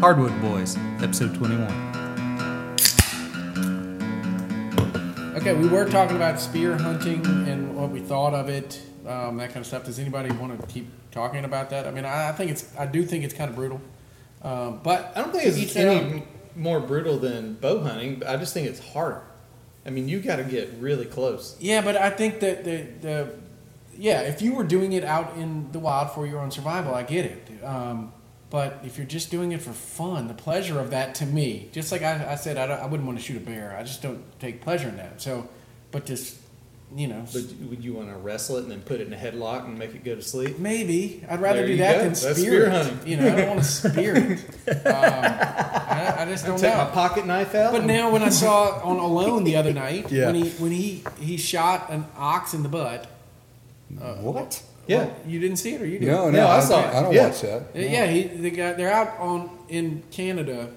Hardwood Boys, episode 21. Okay, we were talking about spear hunting and what we thought of it, um, that kind of stuff. Does anybody want to keep talking about that? I mean, I, I think it's, I do think it's kind of brutal, um, but I don't think it's Each any their own. m- more brutal than bow hunting. But I just think it's harder. I mean, you got to get really close. yeah, but I think that the, the, yeah, if you were doing it out in the wild for your own survival, I get it. Um, but if you're just doing it for fun, the pleasure of that to me, just like I, I said, I, don't, I wouldn't want to shoot a bear. I just don't take pleasure in that. So, but just, you know, But would you want to wrestle it and then put it in a headlock and make it go to sleep? Maybe I'd rather There do you that go. than That's spear. spear it. hunting. You know, I don't want to spear it. Um, I, I just don't Take my know. pocket knife out. But and- now, when I saw on Alone the other night, Yeah. when he when he he shot an ox in the butt. what? yeah, You didn't see it, or you did? No, no, No, I I, saw I don't it. Yeah. watch that. Yeah, he, they got they're out on in Canada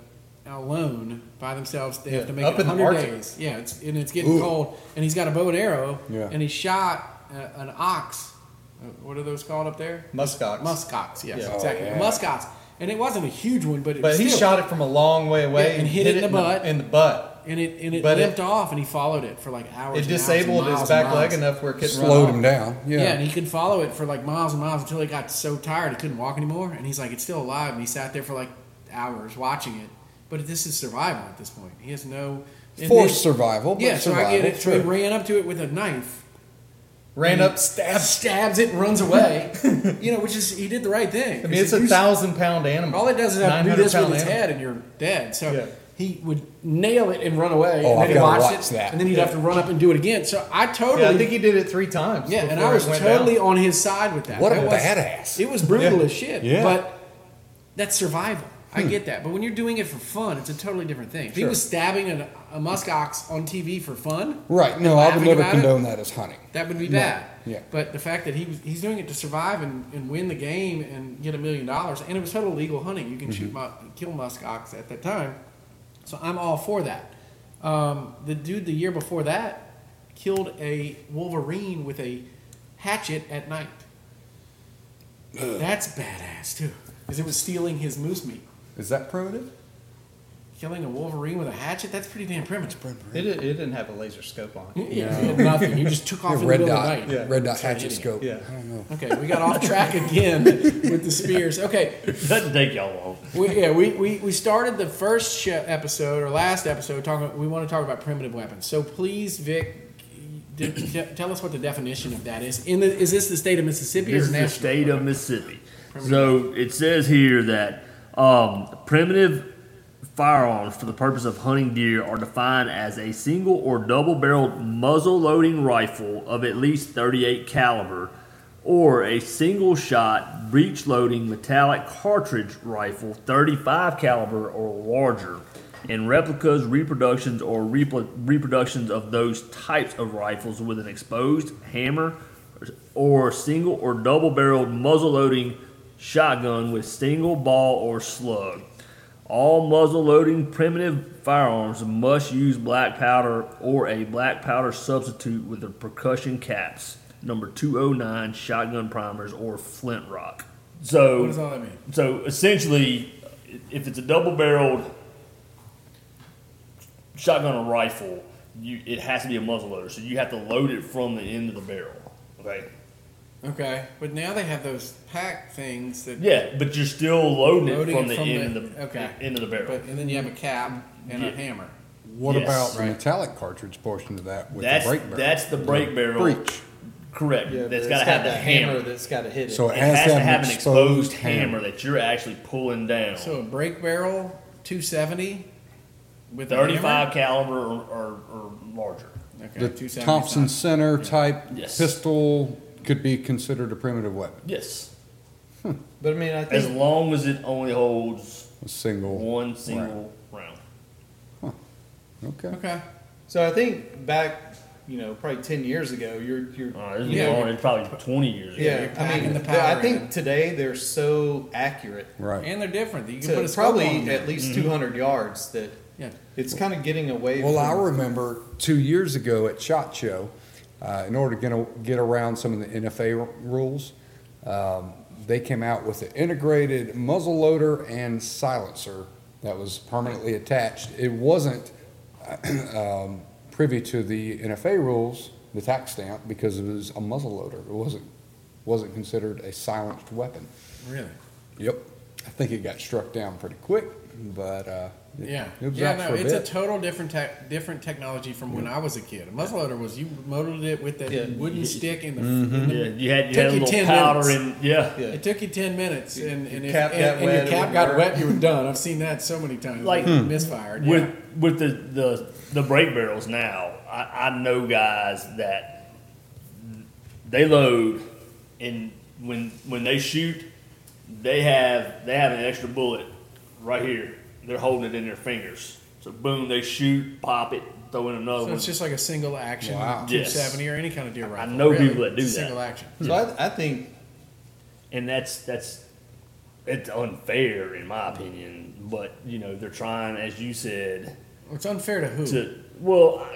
alone by themselves. They have Yeah, to make up it in the hundred Arctic. days. Yeah, it's, and it's getting Ooh. cold. And he's got a bow and arrow. Yeah. And he shot a, an ox. Uh, What are those called up there? muskox. muskox. Yes, Yeah. exactly. Oh, yeah. Muskox, and it wasn't a huge one, but it But still, he shot it from a long way away Yeah, and hit it in the butt. In the butt. and it and it but it- limped off, and he followed it for like hours. It and hours disabled and his miles and back leg miles. enough where it couldn't Slowed run him off. down. Yeah. Yeah. and he could follow it for like miles and miles until he got so tired he couldn't walk anymore, and he's like, "It's still alive," and he sat there for like hours watching it. But this is survival at this point. He has no and Forced then- survival. But Yeah, so survival, I get it. So he sure. ran up to it with a knife, Ran up. stabs, stabs it, and runs away. you know, which is he did the right thing. I mean, it's a thousand pound animal. All it does is have to do 900 this with pound his animal. head, and you're dead. So Yeah. he would nail it and run away, Oh, and then I've he gotta watched watch it, that. and then he'd Yeah. have to run up and do it again. So I totally, Yeah, I think he did it three times. yeah, and before I was it went down. totally on his side with that. What a That was- badass. It was brutal Yeah. as shit. Yeah. but that's survival. I get that, but when you're doing it for fun, it's a totally different thing. If he Sure. was stabbing an, a musk ox on TV for fun, Right. No, I would Laughing never about it? condone that as hunting. that would be No. bad. Yeah. But the fact that he was, he's doing it to survive and, and win the game and get a million dollars, and it was total legal hunting. You can shoot mu- Mm-hmm. kill musk ox at that time. So I'm all for that. Um, the dude the year before that killed a wolverine with a hatchet at night. That's badass too, because it was stealing his moose meat. Is that primitive? Killing a wolverine with a hatchet—that's pretty damn primitive. It, it didn't have a laser scope on. it. Yeah, he did nothing. He just took off in the red middle dot. of the night. Yeah. Red dot Sorry, hatchet idiot. scope. Yeah. I don't know. Okay, we got off track again with the spears. Okay, Doesn't take y'all long. we, yeah, we, we, we started the first sh- episode or last episode talking. We want to talk about primitive weapons. So please, Vic, d- t- tell us what the definition of that is. In the, is this the state of Mississippi This or is the national? state of Mississippi. So it says here that um, primitive firearms for the purpose of hunting deer are defined as a single or double-barreled muzzle-loading rifle of at least 38 caliber or a single-shot breech-loading metallic cartridge rifle 35 caliber or larger and replicas reproductions or repl- reproductions of those types of rifles with an exposed hammer or single or double barreled muzzle loading shotgun with single ball or slug. All muzzle loading primitive firearms must use black powder or a black powder substitute with the percussion caps, number 209 shotgun primers or flint rock. So What does all that mean? so essentially, if it's a double barreled shotgun or rifle, you, it has to be a muzzle loader. So you have to load it from the end of the barrel. Okay. Okay, but now they have those pack things that. Yeah, but you're still loading it Loading from it the from end the- of the okay. end of the barrel. But, and then you have a cap and a Yeah. hammer. What Yes. about the Right. metallic cartridge portion of that with that's the brake barrel? that's the brake barrel. breech. Correct. Yeah, but that's it's got to have the that hammer. That's got to hit it. So It has, to have an exposed hammer. hammer that you're actually pulling down. So a brake barrel, two seventy, with a hammer? 35 caliber or, or, or larger. Okay, The 270 's Thompson not- Center type Yes. pistol could be considered a primitive weapon. Yes. but I mean, I As think long as it only holds A single. one single round. Okay. Okay. so. I think back, you know, probably ten years ago, you're you're. Uh, this is Yeah. long, it's probably 20 years ago. yeah, you're I packing mean, the th- powder I in. think today they're so accurate Right. And they're different. You can put a to scope on probably them. at least 200 yards that Yeah. it's kind of getting away. Well, from, I remember two years ago at Shot Show, uh, in order to get, a, get around some of the NFA r- rules, um, they came out with an integrated muzzle loader and silencer that was permanently attached. It wasn't um, privy to the NFA rules, the tax stamp, because it was a muzzle loader. It wasn't wasn't considered a silenced weapon. Really? Yep, I think it got struck down pretty quick, but uh, it- Yeah. it was yeah, out no, for a it's a bit. total different tech, different technology from when I was a kid. A muzzleloader was you motored it with that Yeah. wooden stick in the, Mm-hmm. in the Yeah, you had, Took you had a you little 10 powder minutes. and yeah. Yeah. It took you ten minutes, and, and, if, cap and, got and wet, your it cap wouldn't got work. wet, you were done. I've seen that so many times. Like- hmm. with misfired. Yeah. with with the the the brake barrels now. I, I know guys that they load and when when they shoot, they have they have an extra bullet right here. They're holding it in their fingers. So boom, they shoot, pop it, throw in another so one. it's just like a single action Wow. two Yes. seventy or any kind of deer rifle. know really. people that do It's a that. Single action. So I, I think and that's that's it's unfair in my opinion. But you know they're trying, as you said, It's unfair to who? To, to well.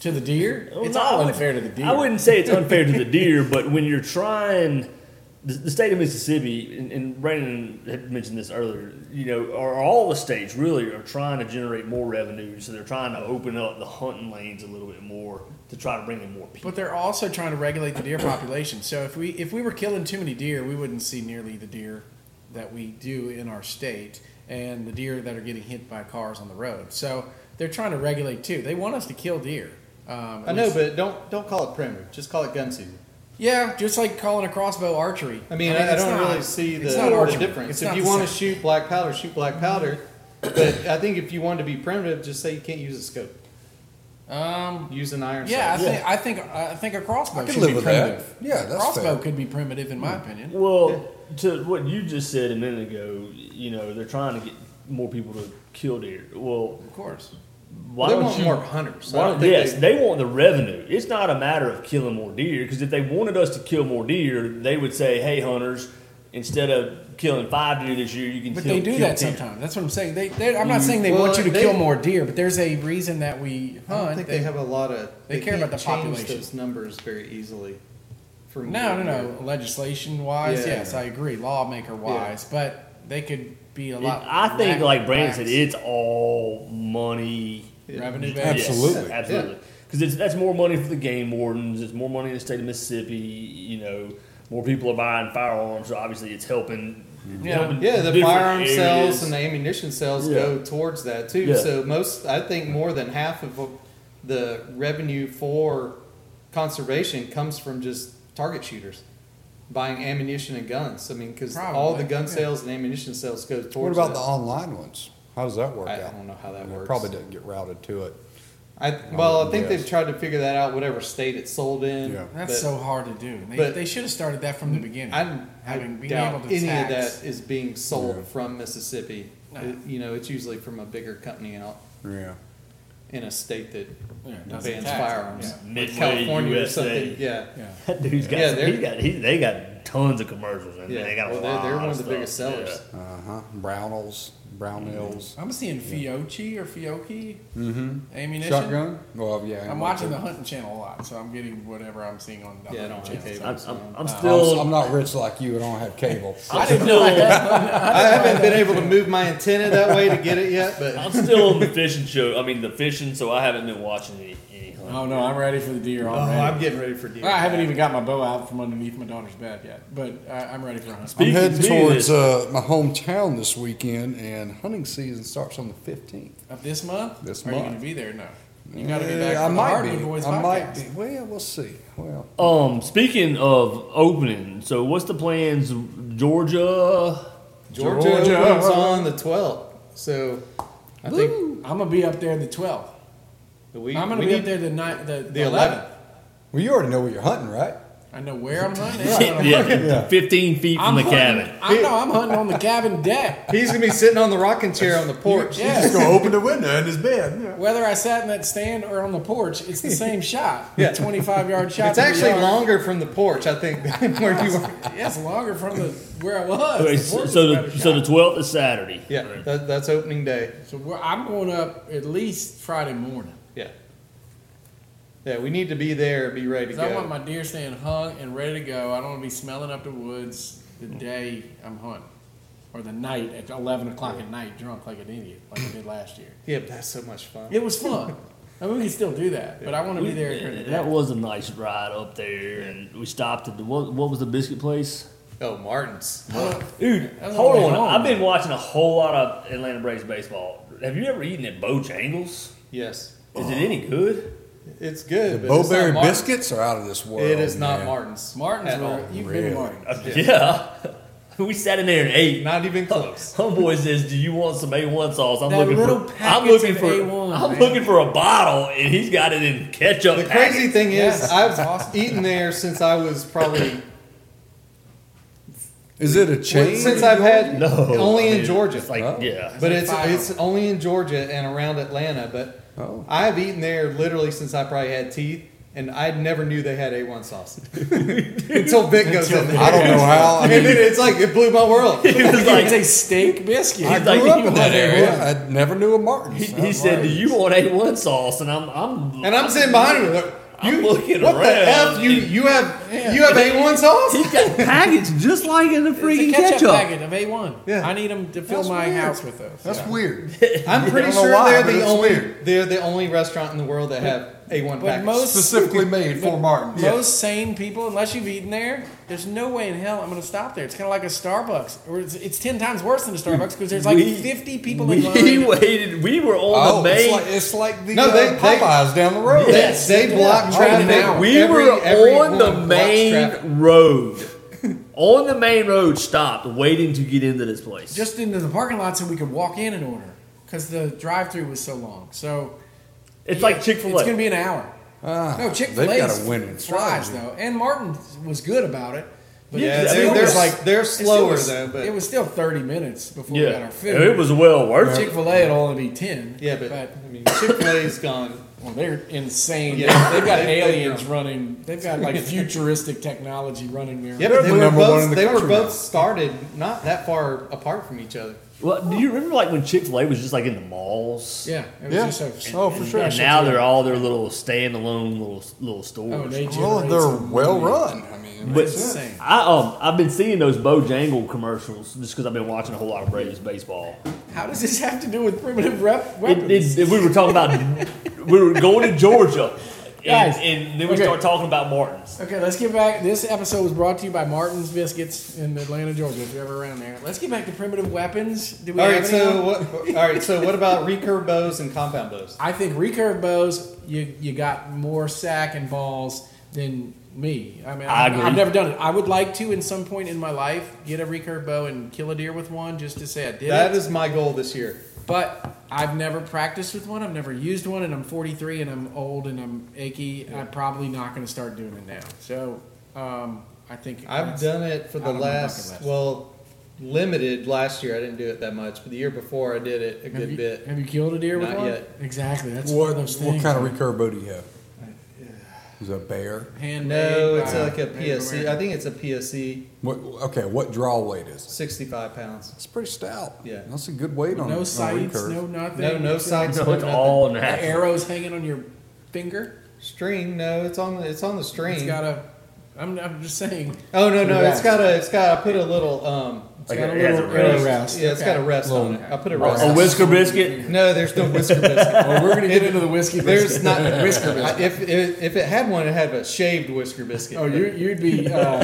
the deer? Well, it's no, I all wouldn't- unfair to the deer. I wouldn't say it's unfair to the deer, but when you're trying, the, the state of Mississippi, and, and Brandon had mentioned this earlier, you know, are all the states really are trying to generate more revenue, so they're trying to open up the hunting lanes a little bit more to try to bring in more people. But they're also trying to regulate the deer population. So if we if we were killing too many deer, we wouldn't see nearly the deer that we do in our state and the deer that are getting hit by cars on the road. So they're trying to regulate too. They want us to kill deer. Um, I know, but don't don't call it primitive. Just call it gun season. yeah, just like calling a crossbow archery. I mean, I, I it's don't not- really see the, it's not the archery. difference. It's if not you the want to same. shoot black powder, shoot black powder. But I think if you want to be primitive, just say you can't use a scope. um, Use an iron yeah, I sight. think I think I think a crossbow I could should live be with that. primitive. Yeah, that's crossbow fair. could be primitive in my opinion. Well, to what you just said a minute ago, you know, they're trying to get more people to kill deer. Well, Of course. why they don't want you more hunters. I Why don't don't- think yes, they- they, want the revenue. It's not a matter of killing more deer because if they wanted us to kill more deer, they would say, "Hey, hunters, instead of killing five deer this year, you can." But kill, they do kill that 10." sometimes. That's what I'm saying. They, they I'm not saying they Mm. Well, want you to they- kill more deer, but there's a reason that we I don't hunt. think they, have a lot of. they care can't about the change population. Those numbers very easily. From no, no, no. Legislation wise, Yeah. yes, I agree. Lawmaker wise, but they could be a It- lot. I think, lax- like Brandon said, lax. it's all money. revenue Yes, based. Absolutely. absolutely. Because that's more money for the game wardens. It's more money in the state of Mississippi. You know, more people are buying firearms, so obviously it's helping. Yeah. helping Yeah, the different firearm areas. sales and the ammunition sales Yeah. go towards that too. Yeah. So most, I think, more than half of the revenue for conservation comes from just target shooters buying ammunition and guns. I mean, because all the Probably, gun yeah. sales and ammunition sales go towards. What about that. the online ones? How does that work I, I out? don't know how that It works. Probably doesn't get routed to it. I, well, I think Yes. they've tried to figure that out. Whatever state it's sold in. Yeah. That's but so hard to do. They, but- Mm-hmm. they should have started that from the beginning. I'm, I having being doubt able to any tax. of that is being sold Yeah. from Mississippi. No. It- you know, it's usually from a bigger company out Yeah. in a state that Yeah, it doesn't bans tax it, firearms. yeah. Like Midway, California or USA. something. Yeah. Yeah. That dude's got, Yeah, some- they're- he got he, they got tons of commercials in Yeah. there. They got a Well, they're, lot they're one of the stuff. biggest sellers. Uh huh. Brownells, Mm-hmm. Brownells. I'm seeing Fiocchi or Fiocchi Mm-hmm. ammunition. Shotgun. Well, yeah. I'm watching the hunting channel a lot, so I'm getting whatever I'm seeing on the Yeah, I hunting don't have channel. cable. I'm, I'm, I'm I'm, still. I'm not rich like you. and I don't have cable. I didn't know that. I haven't been able to move my antenna that way to get it yet, but I'm still on the fishing show. I mean, the fishing. So I haven't been watching any. any hunting. Oh no, I'm ready for the deer oh, already. I'm getting ready for deer. I haven't even got my bow out from underneath my daughter's bed yet, but I, I'm ready for a hunt. I'm heading Speaking of towards this- uh, my hometown this weekend, and hunting season starts on the 15th. Of this month? This Are you month. going to be there? No. You got to be back Uh, for I the might Hardwood be. Boys I might podcast. be. Well, we'll see. Well, Um, speaking of opening, so what's the plans? Georgia. Georgia, Georgia. opens on the 12th. So I think I'm going to be up there the 12th. the week. I'm going we to be need up there the, ni- the, the, the 11th. 11th. well, you already know what you're hunting, right? I know where I'm hunting. Yeah, Yeah. 15 feet from I'm the hunting, cabin. I know I'm hunting on the cabin deck. He's going to be sitting on the rocking chair on the porch. Yeah. gonna open the window in his bed. Yeah. Whether I sat in that stand or on the porch, it's the same shot. Yeah. 25 yard shot. It's to the actually yard. longer from the porch, I think, than where you were. Yeah, it's longer from the where I was. Okay, The so, porch so is a the better so shot. the 12th is Saturday. Yeah, that, that's opening day. So we're, I'm going up at least Friday morning. Yeah. Yeah, we need to be there, be ready to 'Cause I want go. my deer stand hung and ready to go. I don't want to be smelling up the woods the day I'm hunting, or the night at 11 o'clock at night, drunk like an idiot, like I did last year. Yeah, but that's so much fun. It was fun. I mean, we can still do that, but I want to be there. during the Yeah, day. that was a nice ride up there, and we stopped at the, what, what was the biscuit place? Oh, Martin's. Dude, That was hold a long on. way home. I've been watching a whole lot of Atlanta Braves baseball. Have you ever eaten at Bojangles? Yes, Is it any good? it's good. The but it's not Bowberry Martin's. biscuits are out of this world. It is not man. Martin's. Martin's at all. were, you've Really? been Martin. Uh, yeah. we sat in there and ate. Not even close. Homeboy says, "Do you want some A1 sauce?" I'm That looking little for. I'm packets looking of for. A1, I'm man. looking for a bottle, and he's got it in ketchup. The crazy packets. thing is, Yes. I've eaten there since I was probably Is it a chain? since I've had No, only I in mean, Georgia. It's like Oh. yeah. but it's Five. it's only in Georgia and around Atlanta. But Oh. I've eaten there literally since I probably had teeth, and I never knew they had A1 sauce until Vic goes in there. I don't know how. I and mean, then it's like it blew my world. He was it's like, a steak biscuit. I He's grew like, up you in that went area. there. I never knew a Martin's. he, Not he said, "Do Martin's. you want A1 sauce?" And I'm, I'm, And I'm sitting behind him like, I'm you, looking what the around F? You and- you have you have A1 sauce? He's got packets just like in the It's a freaking ketchup, ketchup. packet of A1. Yeah. I need them to fill That's my weird. house with those. That's Yeah. weird. I'm pretty I don't know sure why, they're but the it's only weird. they're the only restaurant in the world that have A1 But packets. most Specifically made for Martin's. Most sane people, unless you've eaten there, there's no way in hell I'm going to stop there. It's kind of like a Starbucks, or it's, it's ten times worse than a Starbucks because there's like We- 50 people in We line. waited. We were on Oh, the it's main. like, it's like the No, uh, they- they- Popeyes down the road. They, Yes. they block Yeah. traffic. Right now. we Every- were everyone on the blocks main traffic. road. on the main road, stopped waiting to get into this place. Just into the parking lot so we could walk in and order because the drive-through was so long. So it's like Chick Fil it's going to A. be an hour. Ah, No, Chick Fil They've got A's a winning fries strategy. though, and Martin was good about it. But Yeah, it they're- still they're was- like- they're it still slower, was- though, but- it was still 30 minutes before we got Yeah, our food. it was well worth Chick it. Fil A would only be 10. Yeah, but, I mean, Chick Fil A's gone. Well, they're insane. Yeah. They've got They- they- aliens running. They've got like futuristic technology running there. Yeah, but they the were number one in both. the They were country now. both started not that far apart from each other. Well, do you remember like when Chick Fil A was just like in the malls? Yeah, it was Yeah. just a- Oh, for sure. And now they're all their little standalone little little stores. Oh, they Well, generate they're some well money. run. I mean, But it's- insane. I um I've been seeing those Bojangle commercials just because I've been watching a whole lot of Braves baseball. How does this have to do with primitive rep It, weapons? it, we were talking about we were going to Georgia, and, Guys, and then we okay. start talking about Martins. okay, let's get back. This episode was brought to you by Martin's Biscuits in Atlanta, Georgia. If you're ever around there, let's get back to primitive weapons. Do we All have right, any? so what? All right, so what about recurve bows and compound bows? I think recurve bows. You you got more sack and balls than me. I mean, I I agree. have never done it. I would like to, in some point in my life, get a recurve bow and kill a deer with one, just to say I did That it. is my goal this year. But I've never practiced with one. I've never used one, and I'm 43 and I'm old and I'm achy. and I'm probably not going to start doing it now. So um, I think I've that's- done it for out the of my bucket last list. well, limited last year. I didn't do it that much, but the year before I did it a Have good you, bit. have you killed a deer with Not one? yet. Exactly. That's one what, of those what things. kind of recurve bow do you have? Is it a bear? Handmade No, it's by- like a made by PSC. American. I think it's a PSC, What, okay, what draw weight is it? sixty-five pounds. It's pretty stout. Yeah. that's a good weight on No on sights, recurve. no nothing. No, no It's- sights. So it's nothing. all The natural. arrows hanging on your finger. string. No, it's on the it's on the string. It's got a. I'm, I'm just saying. oh no no, it's Rest. got a it's got. I put a little um. It's Like got a it has little a arrow rest. rest. Yeah, it's got a rest on it. I put a rest. A whisker biscuit. No, there's no whisker biscuit. Well, we're gonna get into the whiskey. There's biscuit. not whisker. biscuit. I- If, if if it had one, it had a shaved whisker biscuit. Oh, you, you'd be. Uh,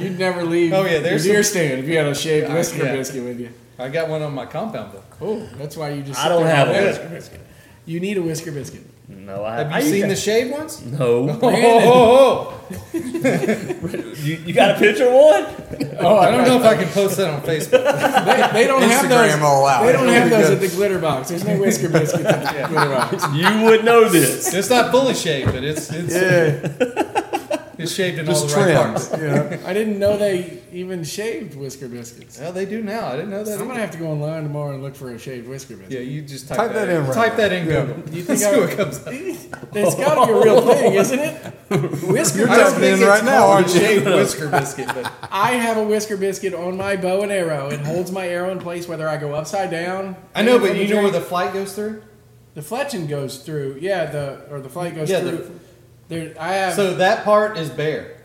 you'd never leave. Oh, yeah, there's your deer some- stand if you had a shaved Yeah, whisker yeah. biscuit with you. I got one on my compound book. Oh, that's why you just. I sit don't there have all a day. whisker biscuit. You need a whisker biscuit. No, I Have you I used seen to- the shaved ones? No, Oh, oh, oh. you, you got a picture of one? Oh, I don't know if I can post that on Facebook. They, they don't have those. Instagram all out. They don't have Pretty those at good. the glitter box. There's no whisker biscuits at the glitter box. You would know this. It's not fully shaved, but it's it's, Yeah, it's shaved in all just the right trimmed. parts. you know. I didn't know they even shaved whisker biscuits. Well, they do now. I didn't know that. I'm gonna have to go online tomorrow and look for a shaved whisker biscuit. yeah, you just type, Type that in right type now. that in Yeah. Google. You Let's think see I what would, comes up. it's got to be a real thing, isn't it? Whisker You're I don't typing biscuit. think in it's right now, called aren't you? shaved whisker biscuit, but I have a whisker biscuit on my bow and arrow. It holds my arrow in place whether I go upside down. I know, from but you the know where tree. the flight goes through. the fletching goes through. Yeah, the or the flight goes Yeah, the- through. there, I have So that part is bare.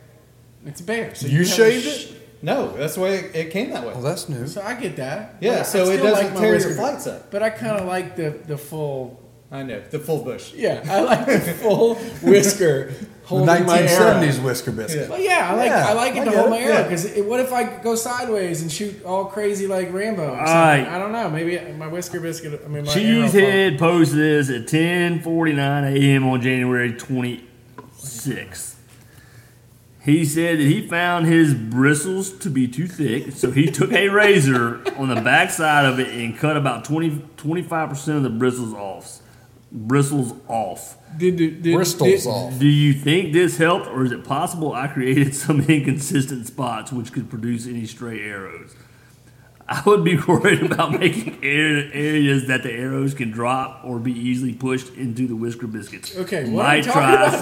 It's bear. So You have a shaved sh- it? No, that's the way it, it came that way. Well, that's new. So I get that. Yeah, But I so it still doesn't like my tear your wizard. flights up. But I kind of like the the full. I know the full bush. Yeah, I like the full whisker holding my arrow. 1970s whisker biscuit. But yeah, I like Yeah, I like I it to get hold it, my arrow yeah. because what if I go sideways and shoot all crazy like Rambo? Or something? right. I don't know. Maybe my whisker biscuit. I mean, my arrow fall. Cheesehead posted this at 10:49 a.m. on January 26th. He said that he found his bristles to be too thick, so he took a razor on the backside of it and cut about 20, 25% of the bristles off. Bristles off. Did, did, did, Bristol's did- off. Do you think this helped, or is it possible I created some inconsistent spots which could produce any stray arrows? I would be worried about making air, areas that the arrows can drop or be easily pushed into the whisker biscuits. Okay, what are we might talking try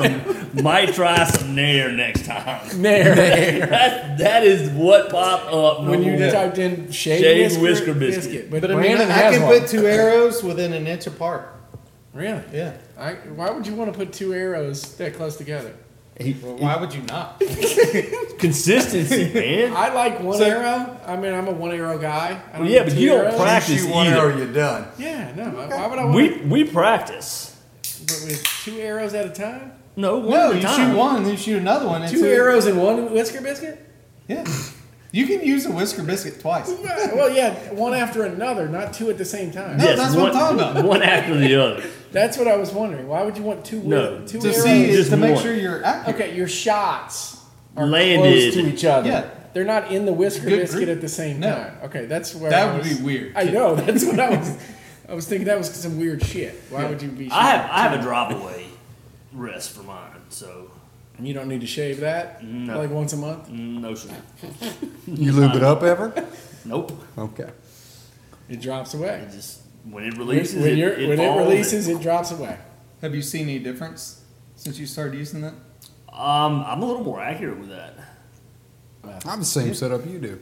some, might try some nair next time. There. That, that is what popped up When you number one. typed in shade, Shaved whisker, whisker biscuit. biscuit. but, But I mean, Brandon I, I has can one. put two arrows within an inch apart. really. Yeah. I, why would you want to put two arrows that close together? Well, why would you not? consistency, man. I like one So- arrow. I mean, I'm a one arrow guy. I don't Well, yeah, need but two you don't arrows. practice Practice one either. arrow, you're done. Yeah, no. Why would I want We we practice. But with two arrows at a time? No, one No, at a you time. shoot one, then you shoot another one. and Two arrows in one whisker biscuit? Yeah. You can use a whisker biscuit twice. well, yeah, one after another, not two at the same time. No, that's what I'm talking about. One after the other. That's what I was wondering. Why would you want two? No. two To arrows? see Just is to make one. sure you're accurate. Okay, your shots are Landed. close to each other. Yeah. They're not in the whisker Good biscuit group. at the same No. time. Okay, that's where That I would was- be weird. I know. That's what I was. I was thinking that was some weird shit. Why would you be? I shaving have I have a drop away rest for mine, so two? You don't need to shave that. No. Like once a month. no sir. You lube it up ever? Nope. Okay. It drops away. It just when it When, releases, when it, you're- it, when it falls. releases, it drops away. Have you seen any difference since you started using that? Um, I'm a little more accurate with that. I'm the same setup you do.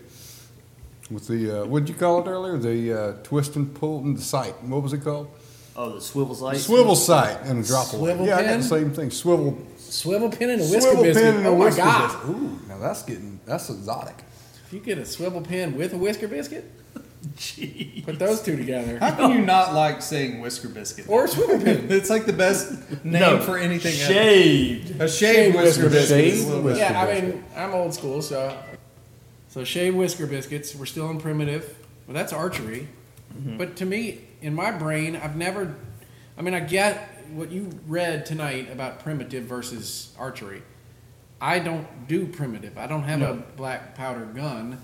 With the, uh, what did you call it earlier? The uh, twist and pull and the sight. What was it called? Oh, the swivel sight. Swivel sight and a drop away. Swivel yeah, I got pin? the same thing. Swivel, Swivel pin and a whisker swivel biscuit. pin and a oh my whisker god! biscuit. Ooh, now that's getting, that's exotic. If you get a swivel pin with a whisker biscuit, Gee. put those two together. How can you not like saying whisker biscuit? Or a swivel pin. it's like the best name for anything else. shaved. A shaved whisker, whisker biscuit. is a biscuit. little Shaved better. yeah, I mean, I'm old school, so so shave whisker biscuits. We're still in primitive. Well, that's archery. But to me, in my brain, I've never. I mean, I get what you read tonight about primitive versus archery. I don't do primitive. I don't have a black powder gun,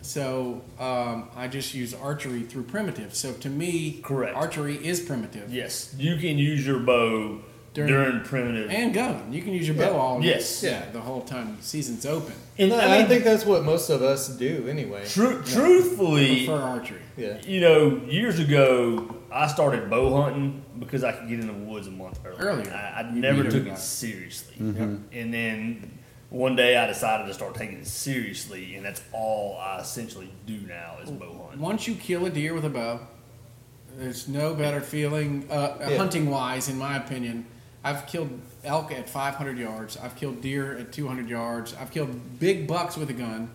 so um, I just use archery through primitive. So to me, Correct. archery is primitive. Yes, you can use your bow during, During- primitive. And gun. You can use your bow Yeah. all Yes. yeah, the whole time the season's open. And No, I I, mean, think that's what most of us do anyway. tru- truthfully, For archery. Yeah. you know, years ago, I started bow hunting because I could get in the woods a month earlier. Earlier. I, I You never need took everybody. it seriously. And then one day I decided to start taking it seriously, and that's all I essentially do now is bow hunting. Once you kill a deer with a bow, there's no better feeling, uh, Yeah. hunting wise, in my opinion. I've killed elk at 500 yards. I've killed deer at 200 yards. I've killed big bucks with a gun.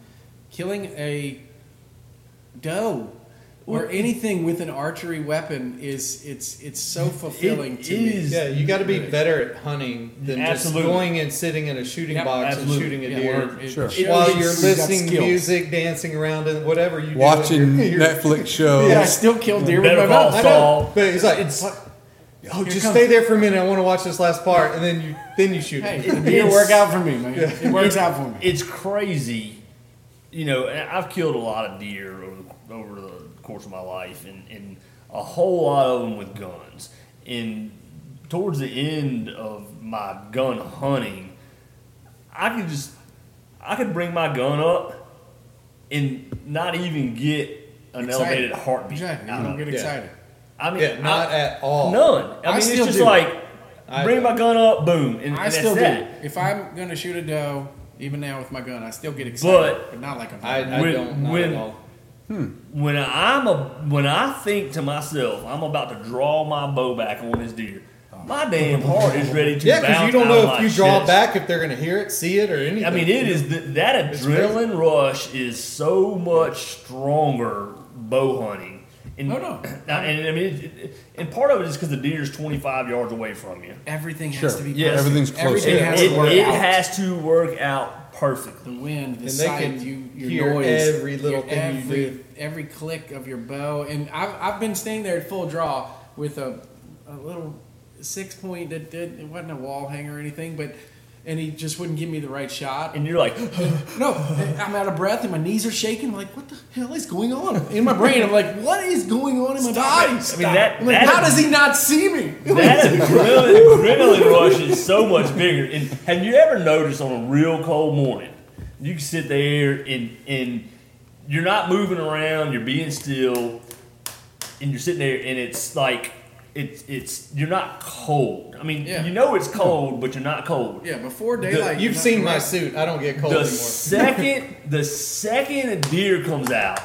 Killing a doe or anything with an archery weapon is it's it's so fulfilling It to me. is- Yeah, you got to be better at hunting than Absolutely. just going and sitting in a shooting Yep, box absolutely. and shooting a Yeah, deer. it Sure. shows While you- you're you've got listening to skills. music, dancing around, and whatever you do, Watching with your- your- Netflix shows. Yeah, I still kill deer with my Better call bow. I Saul. know, but it's like it's like, oh, just stay there for a minute. I want to watch this last part, and then you then you shoot. Hey, it. it did work out for me, man. It works out for me. It's crazy, you know. And I've killed a lot of deer over the, over the course of my life, and, and a whole lot of them with guns. And towards the end of my gun hunting, I could just I could bring my gun up and not even get an Excited. elevated heartbeat. Exactly. out You don't of get it. Yeah. excited. I mean, Yeah, not I- at all. none. I, I mean, it's still just do. like I bring don't. my gun up, boom, and, and I that's still that. do. If I'm gonna shoot a doe, even now with my gun, I still get excited, But- but, not like a I, I When- don't. Not when- at all. when I'm a when I think to myself, I'm about to draw my bow back on this deer. my damn heart is ready to Yeah, because because you don't know if you draw chest. back if they're going to hear it, see it, or anything. I mean, it is th- that It's adrenaline rush is so much stronger bow hunting. And, Oh, no. I- and I mean, it, it, and part of it is because the deer's twenty five yards away from you. Everything has Sure. to be. Yeah, perfect. everything's close. Everything It, has it- to work it out. has to work out the perfectly. wind, the And they sight, can you, your hear noise, every little your thing you every, do. every click of your bow. And I've, I've been staying there at full draw with a, a little six point that did it wasn't a wall hanger or anything, but and he just wouldn't give me the right shot. And you're like, No, I'm out of breath and my knees are shaking. I'm like, what the hell is going on in my brain? I'm like, what is going on in my Stop body? it. I mean, that- I'm like, that- how does he not see me? That adrenaline, adrenaline rush is so much bigger. And have you ever noticed on a real cold morning, you can sit there and and you're not moving around, you're being still, and you're sitting there, and it's like it's it's you're not cold. I mean, Yeah. you know it's cold, but you're not cold. yeah, before daylight. You've you're seen not- my suit. I don't get cold The anymore. second the second a deer comes out.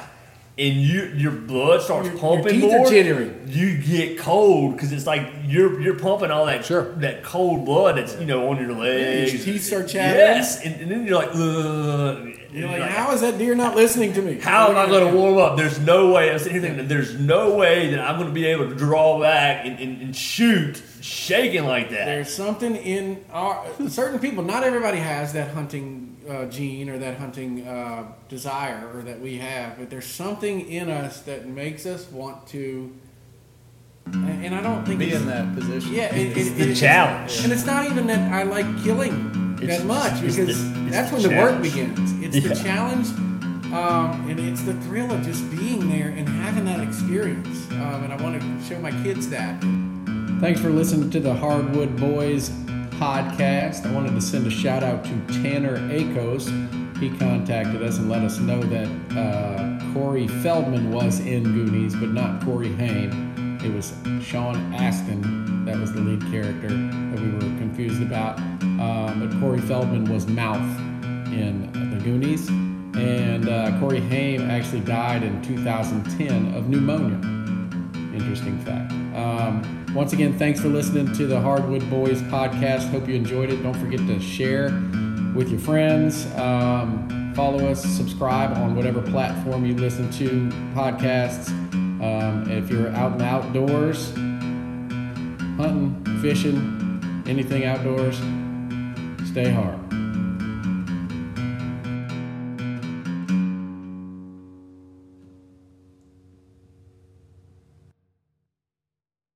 And you, your blood starts Your- your pumping teeth are more. jittering. You get cold because it's like you're you're pumping all that Sure. that cold blood that's you know on your legs. Your teeth start chattering. Yes, and, and then you're like, Ugh. You're like, how is that deer not listening to me? how am I going to warm up? There's no way. I'm sitting here thinking, there's no way that I'm going to be able to draw back and, and, and shoot shaking like that. There's something in our certain people. Not everybody has that hunting uh, gene or that hunting uh, desire or that we have, but there's something in us that makes us want to. And, and I don't think be it's, in that position. Yeah, it, it, the it- challenge. and it's not even that I like killing It's- that much because it's the- it's that's the when the work challenge. begins. It's Yeah. the challenge, um, and it's the thrill of just being there and having that experience. Um, and I want to show my kids that. Thanks for listening to the Hardwood Boys podcast. I wanted to send a shout out to Tanner Akos. He contacted us and let us know that uh, Corey Feldman was in Goonies, but not Corey Haim. It was Sean Astin that was the lead character that we were confused about. Uh, but Corey Feldman was Mouth in the Goonies. And uh, Corey Haim actually died in 2010 of pneumonia interesting fact. Um, once again, thanks for listening to the Hardwood Boys podcast. Hope you enjoyed it. Don't forget to share with your friends. Um, follow us, subscribe on whatever platform you listen to podcasts. Um, if you're out and outdoors, hunting, fishing, anything outdoors, stay hard.